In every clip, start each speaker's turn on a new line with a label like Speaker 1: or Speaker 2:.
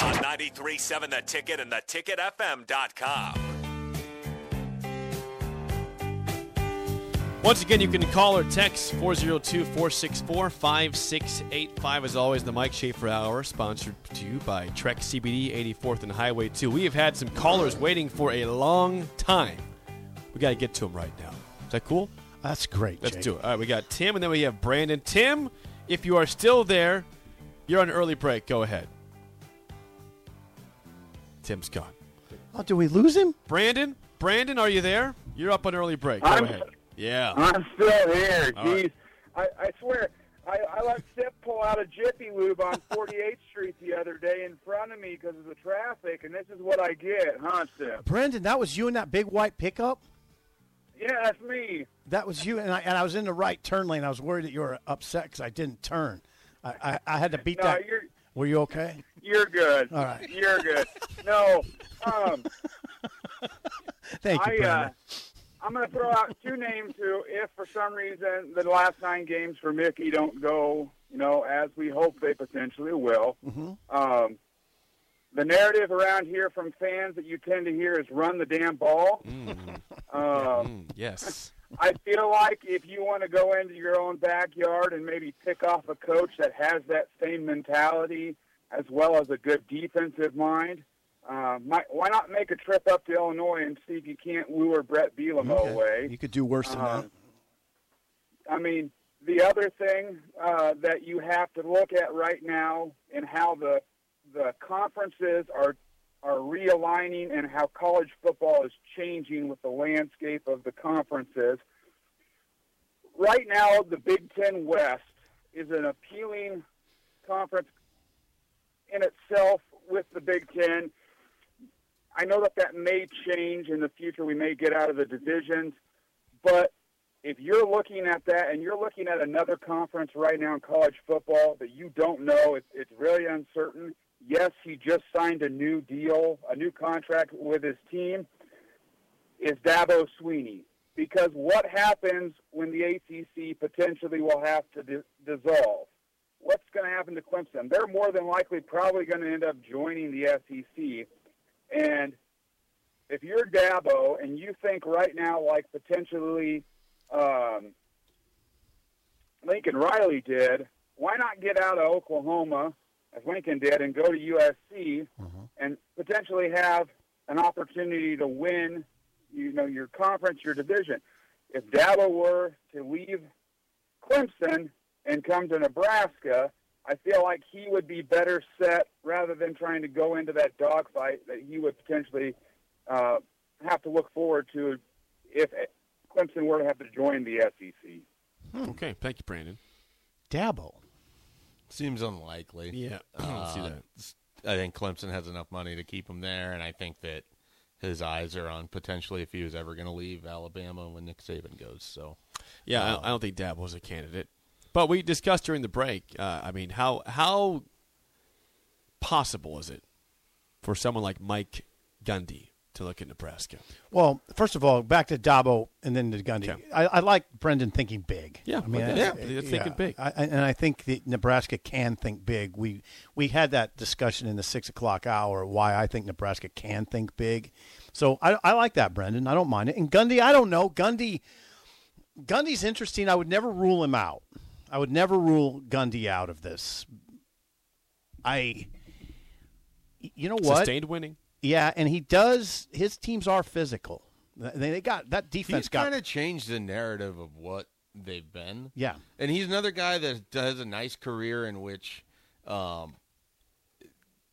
Speaker 1: on 93.7 The Ticket and theticketfm.com.
Speaker 2: Once again, you can call or text 402 464 5685. As always, the Mike Schaefer Hour, sponsored to you by Trek CBD 84th and Highway 2. We have had some callers waiting for a long time. We got to get to them right now. Is that cool?
Speaker 3: That's great.
Speaker 2: Let's
Speaker 3: Jake.
Speaker 2: do it. All right, we got Tim, and then we have Brandon. Tim, if you are still there, you're on early break. Go ahead. Tim's gone.
Speaker 3: Oh, do we lose him?
Speaker 2: Brandon, Brandon, are you there? You're up on early break. Go
Speaker 4: I'm-
Speaker 2: ahead. Yeah.
Speaker 4: I'm still here.
Speaker 2: All
Speaker 4: Jeez,
Speaker 2: right.
Speaker 4: I, I swear, I, I let Sip pull out a Jiffy Lube on 48th Street the other day in front of me because of the traffic, and this is what I get, huh, Sip?
Speaker 3: Brendan, that was you in that big white pickup?
Speaker 4: Yeah, that's me.
Speaker 3: That was you, and I, and I was in the right turn lane. I was worried that you were upset because I didn't turn. I, I, I had to beat
Speaker 4: No,
Speaker 3: that.
Speaker 4: you're
Speaker 3: Were you okay?
Speaker 4: you're good.
Speaker 3: All right.
Speaker 4: You're good. No, um,
Speaker 3: Thank you,
Speaker 4: I uh,
Speaker 3: Brendan.
Speaker 4: I'm going to throw out two names who, if for some reason the last nine games for Mickey don't go, you know, as we hope they potentially will.
Speaker 3: Mm-hmm.
Speaker 4: Um, the narrative around here from fans that you tend to hear is "run the damn ball."
Speaker 3: Mm.
Speaker 4: Um,
Speaker 2: Mm, yes.
Speaker 4: I feel like if you want to go into your own backyard and maybe pick off a coach that has that same mentality as well as a good defensive mind, uh, might, why not make a trip up to Illinois and see if you can't lure Brett Bielema
Speaker 3: Okay.
Speaker 4: away?
Speaker 3: You could do worse than
Speaker 4: Um, I mean, the other thing uh, that you have to look at right now and how the the conferences are are realigning and how college football is changing with the landscape of the conferences. Right now, the Big Ten West is an appealing conference in itself with the Big Ten. I know that that may change in the future. We may get out of the divisions, but if you're looking at that and you're looking at another conference right now in college football that you don't know, it's, it's really uncertain. Yes, he just signed a new deal, a new contract with his team. Is Dabo Sweeney? Because what happens when the ACC potentially will have to di- dissolve? What's going to happen to Clemson? They're more than likely probably going to end up joining the E SEC. And if you're Dabo and you think right now, like potentially um, Lincoln Riley did, why not get out of Oklahoma, as Lincoln did, and go to USC and potentially have an opportunity to win, you know, your conference, your division? If Dabo were to leave Clemson and come to Nebraska, I feel like he would be better set rather than trying to go into that dogfight that he would potentially uh, have to look forward to if Clemson were to have to join the E SEC.
Speaker 2: Okay. Thank you, Brandon.
Speaker 3: Dabble.
Speaker 5: Seems unlikely.
Speaker 2: Yeah. I don't see that.
Speaker 5: I think Clemson has enough money to keep him there, and I think that his eyes are on potentially if he was ever going to leave Alabama when Nick Saban goes. So
Speaker 2: Yeah, I- I don't think Dab was a candidate. But we discussed during the break. Uh, I mean, how how possible is it for someone like Mike Gundy to look at Nebraska?
Speaker 3: Well, first of all, back to Dabo and then to Gundy.
Speaker 2: Okay.
Speaker 3: I, I like Brendan thinking big.
Speaker 2: Yeah,
Speaker 3: I mean,
Speaker 2: but that's- yeah, it's thinking big.
Speaker 3: I, I- and I think that Nebraska can think big. We we had that discussion in the six o'clock hour why I think Nebraska can think big. So I, I like that, Brendan. I don't mind it. And Gundy, I don't know. Gundy, Gundy's interesting. I would never rule him out. I would never rule Gundy out of this. I, you know what?
Speaker 2: Sustained winning.
Speaker 3: Yeah, and he does. His teams are physical. They, they got that defense
Speaker 5: he's
Speaker 3: got.
Speaker 5: kind of changed the narrative of what they've been.
Speaker 3: yeah,
Speaker 5: and he's another guy that has a nice career in which um,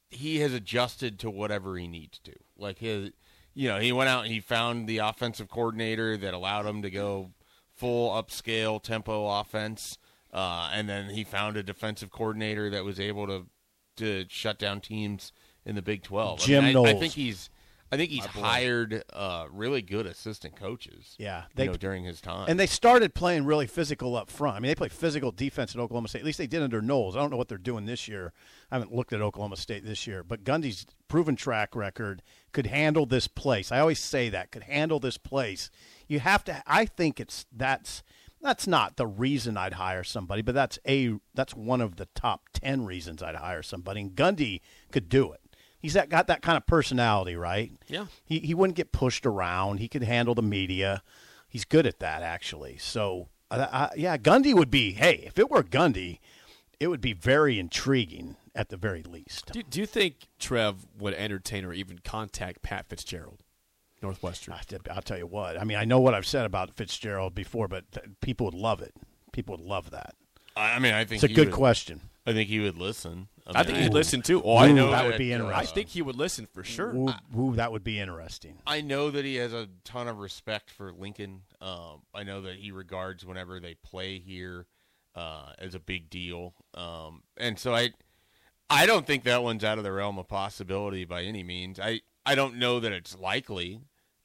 Speaker 5: he has adjusted to whatever he needs to. Like his, you know, he went out and he found the offensive coordinator that allowed him to go full upscale tempo offense, uh, and then he found a defensive coordinator that was able to to shut down teams in the Big Twelve.
Speaker 3: Jim
Speaker 5: I, mean, I, I
Speaker 3: Knowles.
Speaker 5: think he's I think he's hired uh, really good assistant coaches.
Speaker 3: Yeah,
Speaker 5: they,
Speaker 3: they-
Speaker 5: you know, during his time.
Speaker 3: And they started playing really physical up front. I mean, they play physical defense at Oklahoma State. At least they did under Knowles. I don't know what they're doing this year. I haven't looked at Oklahoma State this year, but Gundy's proven track record could handle this place. I always say that could handle this place. You have to. I think it's that's that's not the reason I'd hire somebody, but that's a that's one of the top ten reasons I'd hire somebody. And Gundy could do it. He's that, got that kind of personality, right?
Speaker 2: Yeah.
Speaker 3: He he wouldn't get pushed around. He could handle the media. He's good at that, actually. So, I, I, yeah, Gundy would be. Hey, if it were Gundy, it would be very intriguing at the very least.
Speaker 2: Do, do you think Trev would entertain or even contact Pat Fitzgerald, Northwestern?
Speaker 3: I, will tell you what. I mean, I know what I've said about Fitzgerald before, but th- people would love it. People would love that.
Speaker 5: I I mean, I think
Speaker 3: It's a
Speaker 5: he
Speaker 3: good
Speaker 5: would-
Speaker 3: question.
Speaker 5: I think he would listen.
Speaker 2: I think he'd
Speaker 5: would
Speaker 2: listen too. Oh, I know.
Speaker 3: Ooh, that
Speaker 2: that.
Speaker 3: would be
Speaker 5: uh,
Speaker 2: I
Speaker 3: interesting.
Speaker 2: think he would listen for sure.
Speaker 3: Ooh, ooh, that would be interesting.
Speaker 5: I know that he has a ton of respect for Lincoln. Um, I know that he regards whenever they play here uh, as a big deal, um, and so I, I don't think that one's out of the realm of possibility by any means. I I don't know that it's likely,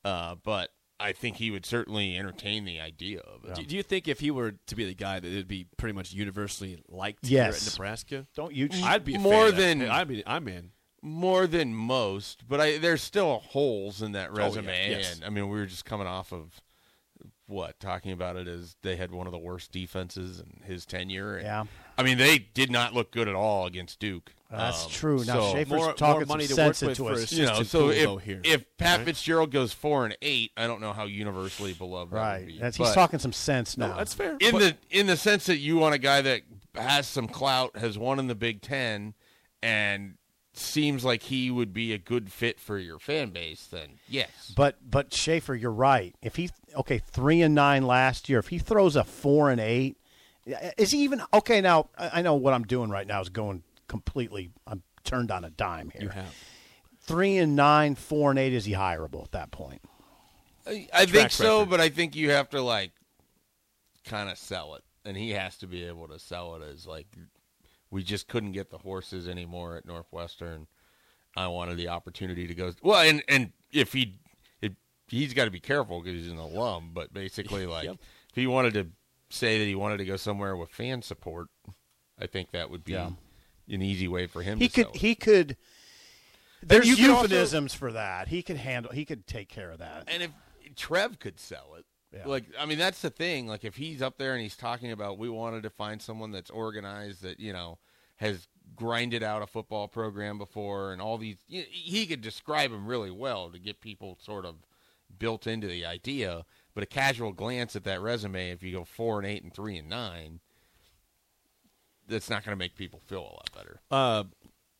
Speaker 5: uh, but I think he would certainly entertain the idea of it.
Speaker 2: Do, do you think if he were to be the guy that it'd be pretty much universally liked here
Speaker 3: Yes.
Speaker 2: at Nebraska?
Speaker 3: Don't you?
Speaker 2: I'd be a
Speaker 5: More
Speaker 2: fan of that.
Speaker 5: than-
Speaker 2: I'd be. I'm in.
Speaker 5: More than most, but I there's still holes in
Speaker 3: Oh,
Speaker 5: that
Speaker 2: yeah,
Speaker 5: resume.
Speaker 2: yes.
Speaker 5: And I mean, we were just coming off of what talking about it as they had one of the worst defenses in his tenure. And,
Speaker 3: Yeah.
Speaker 5: I mean, they did not look good at all against Duke.
Speaker 3: That's
Speaker 5: Um,
Speaker 3: true. Now
Speaker 5: so,
Speaker 3: Schaefer's
Speaker 2: more- more
Speaker 3: talking
Speaker 2: money to
Speaker 3: some
Speaker 2: work
Speaker 3: sense
Speaker 2: with
Speaker 3: into
Speaker 2: for
Speaker 3: us.
Speaker 2: his-
Speaker 5: you know,
Speaker 2: Assistant
Speaker 5: so
Speaker 2: pool,
Speaker 5: if,
Speaker 2: though, here,
Speaker 5: if Pat Fitzgerald goes four and eight, I don't know how universally beloved that would
Speaker 3: Right.
Speaker 5: be.
Speaker 3: That's, he's
Speaker 5: But
Speaker 3: talking some sense now.
Speaker 2: That's fair.
Speaker 5: in
Speaker 2: But-
Speaker 5: the in the sense that you want a guy that has some clout, has won in the Big Ten, and seems like he would be a good fit for your fan base. Then yes,
Speaker 3: But but Schaefer, you're right. If he okay, three and nine last year. If he throws a four and eight, is he even okay? Now I I know what I'm doing right now is going completely. I'm turned on a dime here.
Speaker 2: you have.
Speaker 3: Three and nine, four and eight. Is he hireable at that point?
Speaker 5: I, I think
Speaker 2: Track
Speaker 5: so.
Speaker 2: record.
Speaker 5: But I think you have to like kind of sell it, and he has to be able to sell it as like we just couldn't get the horses anymore at Northwestern. I wanted the opportunity to go. Well, and and if he, if, he's got to be careful because he's an alum. But basically, like
Speaker 2: Yep.
Speaker 5: if he wanted to say that he wanted to go somewhere with fan support, I think that would be an easy way for him.
Speaker 3: He
Speaker 5: to
Speaker 3: could.
Speaker 5: sell it.
Speaker 3: He could. There's
Speaker 5: you could also-
Speaker 3: euphemisms for that. He could handle. He could take care of that.
Speaker 5: And if Trev could sell it,
Speaker 3: Yeah.
Speaker 5: like I mean, that's the thing. Like if he's up there and he's talking about we wanted to find someone that's organized, that you know has grinded out a football program before, and all these, y- he could describe them really well to get people sort of built into the idea. But a casual glance at that resume, if you go four and eight and three and nine, that's not going to make people feel a lot better.
Speaker 2: uh,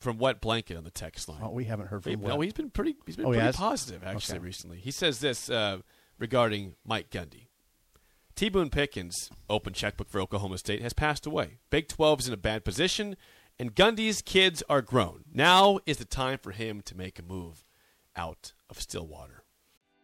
Speaker 2: from wet blanket on the text line.
Speaker 3: Well, we haven't heard Oh, from.
Speaker 2: He-
Speaker 3: Webb.
Speaker 2: no, he's been pretty. He's been
Speaker 3: Oh, he
Speaker 2: pretty
Speaker 3: has?
Speaker 2: positive actually
Speaker 3: Okay.
Speaker 2: recently. He says this uh, regarding Mike Gundy. T. Boone Pickens, open checkbook for Oklahoma State, has passed away. Big 12 is in a bad position, and Gundy's kids are grown. Now is the time for him to make a move out of Stillwater.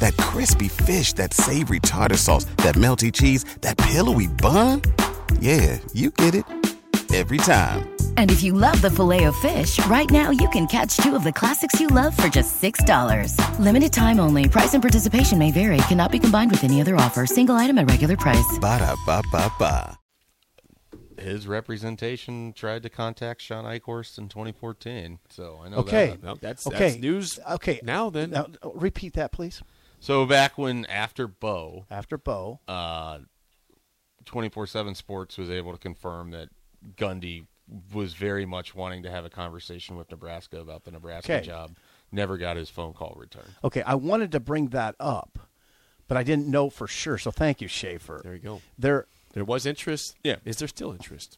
Speaker 6: That crispy fish, that savory tartar sauce, that melty cheese, that pillowy bun. Yeah, you get it. Every time.
Speaker 7: And if you love the filet of fish, right now you can catch two of the classics you love for just $6. Limited time only. Price and participation may vary. Cannot be combined with any other offer. Single item at regular price.
Speaker 6: Ba-da-ba-ba-ba.
Speaker 5: His representation tried to contact Sean Eichhorst in 2014, so I know
Speaker 3: Okay.
Speaker 5: that.
Speaker 2: No, that's,
Speaker 3: Okay.
Speaker 2: that's news.
Speaker 3: Okay.
Speaker 2: Now then,
Speaker 3: Now, repeat that, please.
Speaker 5: So back when after Bo,
Speaker 3: After Bo.
Speaker 5: uh, 24/7 Sports was able to confirm that Gundy was very much wanting to have a conversation with Nebraska about the Nebraska
Speaker 3: Okay.
Speaker 5: job. Never got his phone call returned.
Speaker 3: Okay, I wanted to bring that up, but I didn't know for sure. So thank you, Schaefer.
Speaker 2: there you go.
Speaker 3: There,
Speaker 2: There was interest.
Speaker 5: Yeah.
Speaker 2: Is there still interest?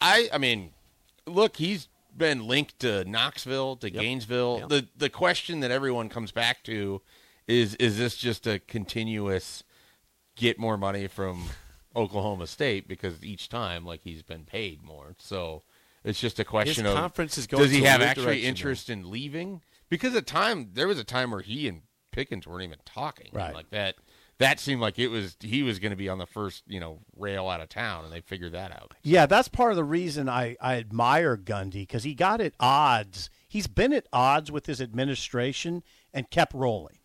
Speaker 5: I I mean, look, he's been linked to Knoxville, to Gainesville.
Speaker 2: Yeah.
Speaker 5: The the question that everyone comes back to Is is this just a continuous get more money from Oklahoma State because each time like he's been paid more? So it's just a question of
Speaker 2: conference is going
Speaker 5: does he
Speaker 2: to a
Speaker 5: have
Speaker 2: weird
Speaker 5: actually
Speaker 2: direction now.
Speaker 5: interest in leaving? Because at time there was a time where he and Pickens weren't even talking
Speaker 3: Right.
Speaker 5: like that. That seemed like it was he was going to be on the first you know rail out of town, and they figured that out.
Speaker 3: Yeah, that's part of the reason I, I admire Gundy because he got at odds. He's been at odds with his administration and kept rolling.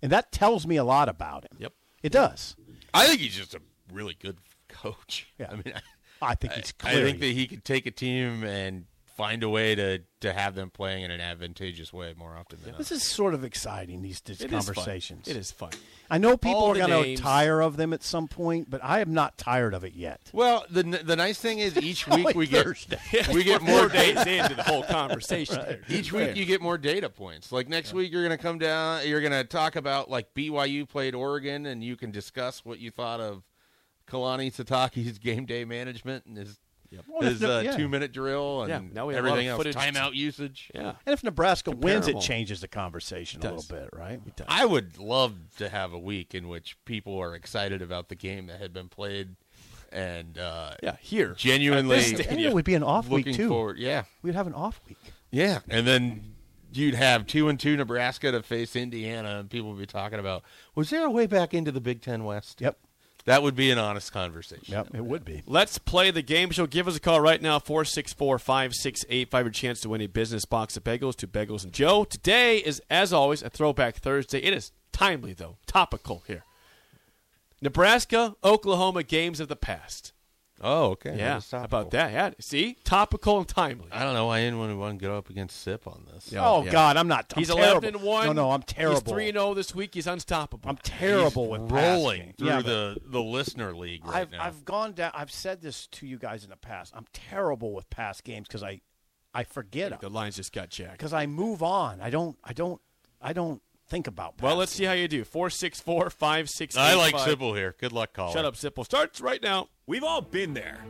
Speaker 3: And that tells me a lot about him.
Speaker 2: Yep.
Speaker 3: It does.
Speaker 5: I think he's just a really good coach.
Speaker 3: Yeah.
Speaker 5: I mean, I,
Speaker 3: I think he's
Speaker 5: I
Speaker 3: clear.
Speaker 5: think that he could take a team and find a way to to have them playing in an advantageous way more often than not.
Speaker 3: this is sort of exciting, these dis-
Speaker 2: It is fun.
Speaker 3: conversations.
Speaker 2: It is fun.
Speaker 3: I know people
Speaker 2: All
Speaker 3: are
Speaker 2: the
Speaker 3: going to
Speaker 2: names.
Speaker 3: tire of them at some point, but I am not tired of it yet.
Speaker 5: Well, the n- the nice thing is each week we get
Speaker 3: Thursday.
Speaker 5: we get
Speaker 2: Four
Speaker 5: more data.
Speaker 2: days into the whole conversation.
Speaker 5: Each week you get more data points. Like next week you're going to come down, you're going to talk about like BYU played Oregon and you can discuss what you thought of Kalani Sataki's game day management and his
Speaker 2: Oh,
Speaker 5: his
Speaker 3: Well,
Speaker 5: uh,
Speaker 3: yeah.
Speaker 5: 2-minute drill and
Speaker 2: Yeah, now we have a lot
Speaker 5: everything
Speaker 2: of
Speaker 5: else
Speaker 2: footage to-
Speaker 5: timeout usage.
Speaker 2: Yeah.
Speaker 3: And if Nebraska wins, it
Speaker 2: Comparable.
Speaker 3: changes the conversation a
Speaker 2: It does.
Speaker 3: little bit, right?
Speaker 5: I would love to have a week in which people are excited about the game that had been played and uh,
Speaker 2: Yeah. Here.
Speaker 5: genuinely
Speaker 3: And it would be an off week,
Speaker 5: looking
Speaker 3: too.
Speaker 5: forward. Yeah,
Speaker 3: We'd have an off week.
Speaker 5: yeah, and then you'd have two and two Nebraska to face Indiana, and people would be talking about was there a way back into the Big Ten West?
Speaker 3: Yep.
Speaker 5: that would be an honest conversation.
Speaker 3: Yep, it would be.
Speaker 2: Let's play the game show. Give us a call right now, 464 5685. Your chance to win a business box of bagels to Bagels and Joe. Today is, as always, a throwback Thursday. It is timely, though, topical here. Nebraska Oklahoma games of the past.
Speaker 5: Oh, okay. That
Speaker 2: Yeah.
Speaker 5: was
Speaker 2: How
Speaker 5: topical.
Speaker 2: about that? Yeah. See? Topical and timely.
Speaker 5: I don't know why anyone would want to go up against Sip on this.
Speaker 2: Yeah.
Speaker 3: Oh, God, I'm not. I'm
Speaker 2: He's
Speaker 3: terrible.
Speaker 2: 11 and 1.
Speaker 3: No, no, I'm terrible.
Speaker 2: He's 3 and 0 this week. He's unstoppable.
Speaker 3: I'm terrible with
Speaker 5: oh. Rolling
Speaker 3: passing.
Speaker 5: through
Speaker 3: Yeah, but
Speaker 5: the, the listener league right
Speaker 3: I've
Speaker 5: now.
Speaker 3: I've gone down. I've said this to you guys in the past. I'm terrible with past games because I I forget
Speaker 2: the lines just got jacked.
Speaker 3: because I move on. I don't I don't I don't think about. Past
Speaker 2: Well, let's see how you do. 464
Speaker 5: I like
Speaker 2: 5685.
Speaker 5: Sipple here. Good luck, caller.
Speaker 2: Shut up, Sipple. Starts right now.
Speaker 1: We've all been there.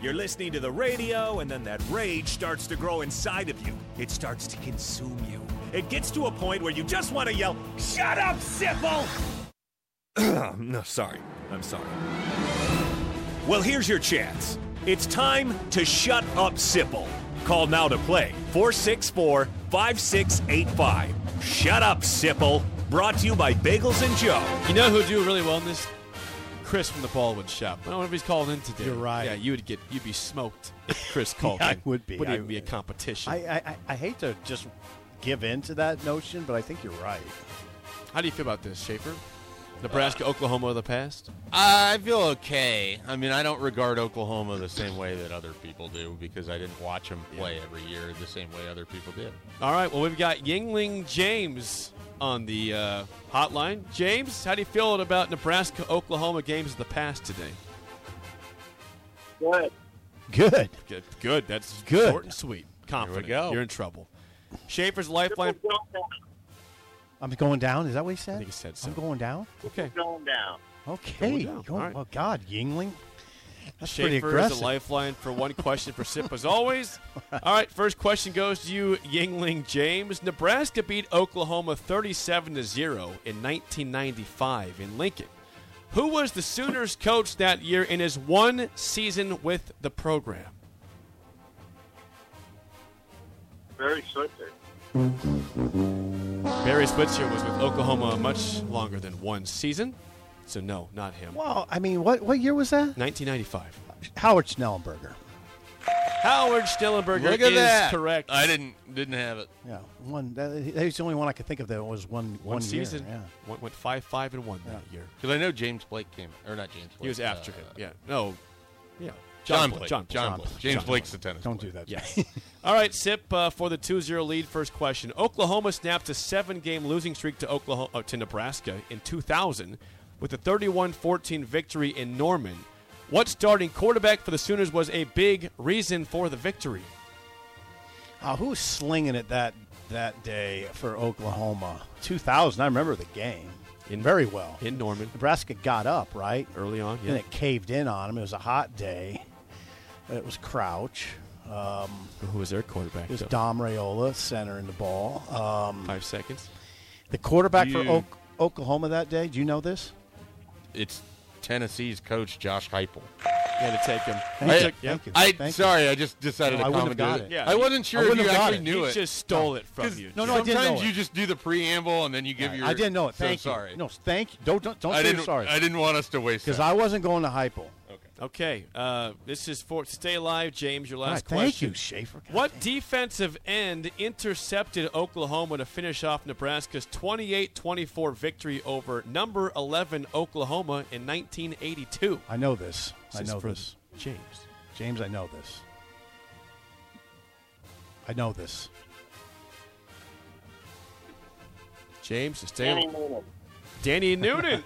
Speaker 1: You're listening to the radio, and then that rage starts to grow inside of you. It starts to consume you. It gets to a point where you just want to yell, Shut up, Sipple! no, sorry. I'm sorry. Well, here's your chance. It's time to shut up, Sipple. Call now to play 464 5685. Shut up, Sipple. Brought to you by Bagels and Joe.
Speaker 2: You know who'd do really well in this? Chris from the Baldwin shop. I don't know if he's calling in today.
Speaker 3: You're right.
Speaker 2: Yeah, you would get you'd be smoked if Chris called
Speaker 3: I
Speaker 2: in.
Speaker 3: would be.
Speaker 2: Wouldn't
Speaker 3: I
Speaker 2: even be a
Speaker 3: would.
Speaker 2: competition.
Speaker 3: I, I I- I hate to just give in to that notion, but I think you're right.
Speaker 2: How do you feel about this, Schaefer? Nebraska, Oklahoma of the past?
Speaker 5: I feel okay. I mean, I don't regard Oklahoma the same way that other people do because I didn't watch them play every year the same way other people did.
Speaker 2: All right, well, we've got Yingling James on the uh, hotline. James, how do you feel about Nebraska, Oklahoma games of the past today?
Speaker 4: But
Speaker 3: Good.
Speaker 2: Good. Good. That's
Speaker 3: Good.
Speaker 2: short and sweet. Confident.
Speaker 5: go.
Speaker 2: You're in trouble. Schaefer's lifeline.
Speaker 3: I'm going down. Is that what he said?
Speaker 2: I think he said so.
Speaker 3: I'm going down.
Speaker 2: Okay.
Speaker 4: going down.
Speaker 3: Okay.
Speaker 2: Going down.
Speaker 3: Going-
Speaker 2: All right.
Speaker 3: Oh God, Yingling. That's pretty
Speaker 2: Schaefer is
Speaker 3: aggressive.
Speaker 2: a lifeline for one question for Sip as always. All right, first question goes to you, Yingling James. Nebraska beat Oklahoma 37 to 0 in 1995 in Lincoln. Who was the Sooners coach that year in his one season with the program?
Speaker 4: Very swifter.
Speaker 2: Barry Switzer was with Oklahoma much longer than one season. So no, not him.
Speaker 3: Well, I mean, what what year was that?
Speaker 2: 1995.
Speaker 3: Howard Schnellenberger.
Speaker 2: Howard Stillenberger
Speaker 5: Look at
Speaker 2: is
Speaker 5: that.
Speaker 2: correct.
Speaker 5: I didn't didn't have it.
Speaker 3: Yeah, one. That, that was the only one I could think of that was one
Speaker 2: one,
Speaker 3: one year,
Speaker 2: season.
Speaker 3: yeah.
Speaker 2: Went, went five five and one that year.
Speaker 5: Because I know James Blake came, or not James Blake.
Speaker 2: He was after
Speaker 5: uh,
Speaker 2: him. Yeah. No. Yeah.
Speaker 5: John, Blake. John Blake.
Speaker 2: John
Speaker 5: James
Speaker 2: John
Speaker 5: Blake's the tennis.
Speaker 3: Don't
Speaker 5: player.
Speaker 3: do that.
Speaker 2: Yes. All right, Sip, uh, for the 2 0 lead, first question. Oklahoma snapped a seven game losing streak to, Oklahoma, uh, to Nebraska in 2000 with a 31 14 victory in Norman. What starting quarterback for the Sooners was a big reason for the victory?
Speaker 3: Uh, who was slinging it that that day for Oklahoma? 2000. I remember the game
Speaker 2: In-
Speaker 3: very well.
Speaker 2: In Norman,
Speaker 3: Nebraska got up right
Speaker 2: early on.
Speaker 3: and
Speaker 2: Yeah.
Speaker 3: it caved in on them. It was a hot day. It was Crouch.
Speaker 2: Who was their quarterback?
Speaker 3: It was
Speaker 2: though?
Speaker 3: Dom Rayola centering the ball. Um,
Speaker 2: Five seconds.
Speaker 3: the quarterback for
Speaker 5: You-
Speaker 3: Oak. Oklahoma that day? Do you know this?
Speaker 5: It's Tennessee's coach Josh Heupel.
Speaker 2: Yeah, to take him.
Speaker 3: Thank
Speaker 5: I-
Speaker 3: you. Thank you.
Speaker 5: I
Speaker 3: Thank you.
Speaker 5: sorry, I just decided
Speaker 3: No, I
Speaker 5: to
Speaker 3: wouldn't have
Speaker 5: comment.
Speaker 3: got it.
Speaker 2: Yeah.
Speaker 5: I wasn't
Speaker 3: I
Speaker 5: sure if
Speaker 3: wouldn't
Speaker 5: you
Speaker 3: have got
Speaker 5: actually
Speaker 3: it.
Speaker 5: knew
Speaker 2: he
Speaker 5: it.
Speaker 2: just stole it from you.
Speaker 3: No, no, I
Speaker 5: Sometimes
Speaker 3: didn't know
Speaker 5: you
Speaker 3: it.
Speaker 5: just do the preamble and then you give your.
Speaker 3: I didn't know it.
Speaker 5: So
Speaker 3: Thank you.
Speaker 5: sorry.
Speaker 3: No, thank you. Don't don't, don't
Speaker 5: I
Speaker 3: say
Speaker 5: didn't.
Speaker 3: you're sorry.
Speaker 5: I didn't want us to waste.
Speaker 3: Because
Speaker 5: that.
Speaker 3: I wasn't going to Hypo.
Speaker 2: Okay, uh, this is for stay alive, James. Your
Speaker 3: All right,
Speaker 2: last
Speaker 3: thank
Speaker 2: question.
Speaker 3: you, Schaefer. God
Speaker 2: What
Speaker 3: dang.
Speaker 2: defensive end intercepted Oklahoma to finish off Nebraska's 28-24 victory over number 11 Oklahoma in 1982?
Speaker 3: I know this. I
Speaker 2: This is
Speaker 3: know
Speaker 2: for
Speaker 3: this.
Speaker 2: James.
Speaker 3: James, I know this. I know this.
Speaker 2: James, stay Danny Newton.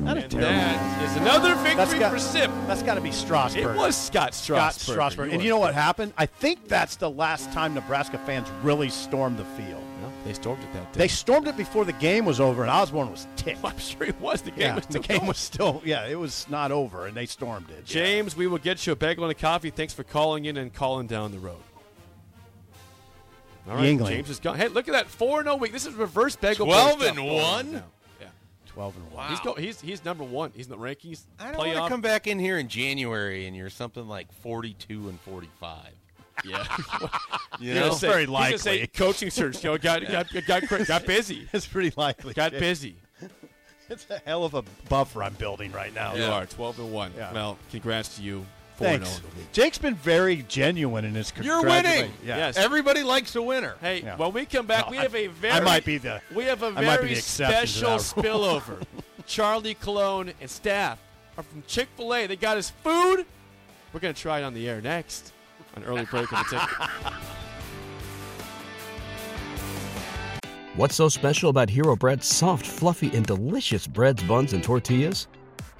Speaker 3: Not a
Speaker 2: and
Speaker 3: terrible-
Speaker 2: that is another
Speaker 3: That's
Speaker 2: victory
Speaker 3: got,
Speaker 2: for Sip.
Speaker 3: that's got to be Strasburg.
Speaker 2: It was Scott Strasburg.
Speaker 3: Scott Strasburg. and
Speaker 2: are
Speaker 3: you know what
Speaker 2: correct.
Speaker 3: happened? I think that's the last time Nebraska fans really stormed the field.
Speaker 2: Well, they stormed it that day.
Speaker 3: They stormed it before the game was over, and Osborne was ticked.
Speaker 2: I'm sure it was. The game
Speaker 3: Yeah,
Speaker 2: was
Speaker 3: the
Speaker 2: still
Speaker 3: game
Speaker 2: going.
Speaker 3: was still, yeah, it was not over, and they stormed it.
Speaker 2: James, we will get you a bagel and a coffee. Thanks for calling in and calling down the road. All right,
Speaker 3: Yingling.
Speaker 2: James is gone. Hey, look at that four and zero week. This is reverse bagel.
Speaker 5: 12
Speaker 2: Boy stuff
Speaker 5: and
Speaker 2: going on
Speaker 5: one?
Speaker 2: oh now. Yeah,
Speaker 3: 12 and 1.
Speaker 2: he's go, he's he's number one. He's in the rankings.
Speaker 5: I don't want
Speaker 2: playoff.
Speaker 5: to come back in here in January and you're something like 42 and 45.
Speaker 2: Yeah,
Speaker 5: You
Speaker 2: He's
Speaker 5: know?
Speaker 2: gonna say-
Speaker 3: very
Speaker 2: he's gonna say
Speaker 3: likely.
Speaker 2: coaching search. You know, got, got, got, got, got busy.
Speaker 3: It's pretty likely.
Speaker 2: Got
Speaker 3: James.
Speaker 2: busy.
Speaker 3: It's a hell of a buffer I'm building right now.
Speaker 2: You are twelve and one.
Speaker 3: Yeah.
Speaker 2: Well, congrats to you. Four and oh
Speaker 3: Thanks.
Speaker 2: zero.
Speaker 3: Jake's been very genuine in his
Speaker 5: You're
Speaker 3: congratulations.
Speaker 5: winning.
Speaker 3: Yeah.
Speaker 2: Yes.
Speaker 5: Everybody likes a winner.
Speaker 2: Hey,
Speaker 3: Yeah.
Speaker 2: when we come back,
Speaker 3: No,
Speaker 2: we
Speaker 3: I-
Speaker 2: have a
Speaker 3: I
Speaker 2: very
Speaker 3: might be the-
Speaker 2: we have a
Speaker 3: I might be
Speaker 2: very
Speaker 3: the exception to
Speaker 2: special
Speaker 3: that rule.
Speaker 2: spillover. Charlie Cologne and staff are from Chick Fil A. They got us food. We're gonna try it on the air next. An early break of the ticket.
Speaker 8: What's so special about Hero Bread's soft, fluffy, and delicious breads, buns, and tortillas?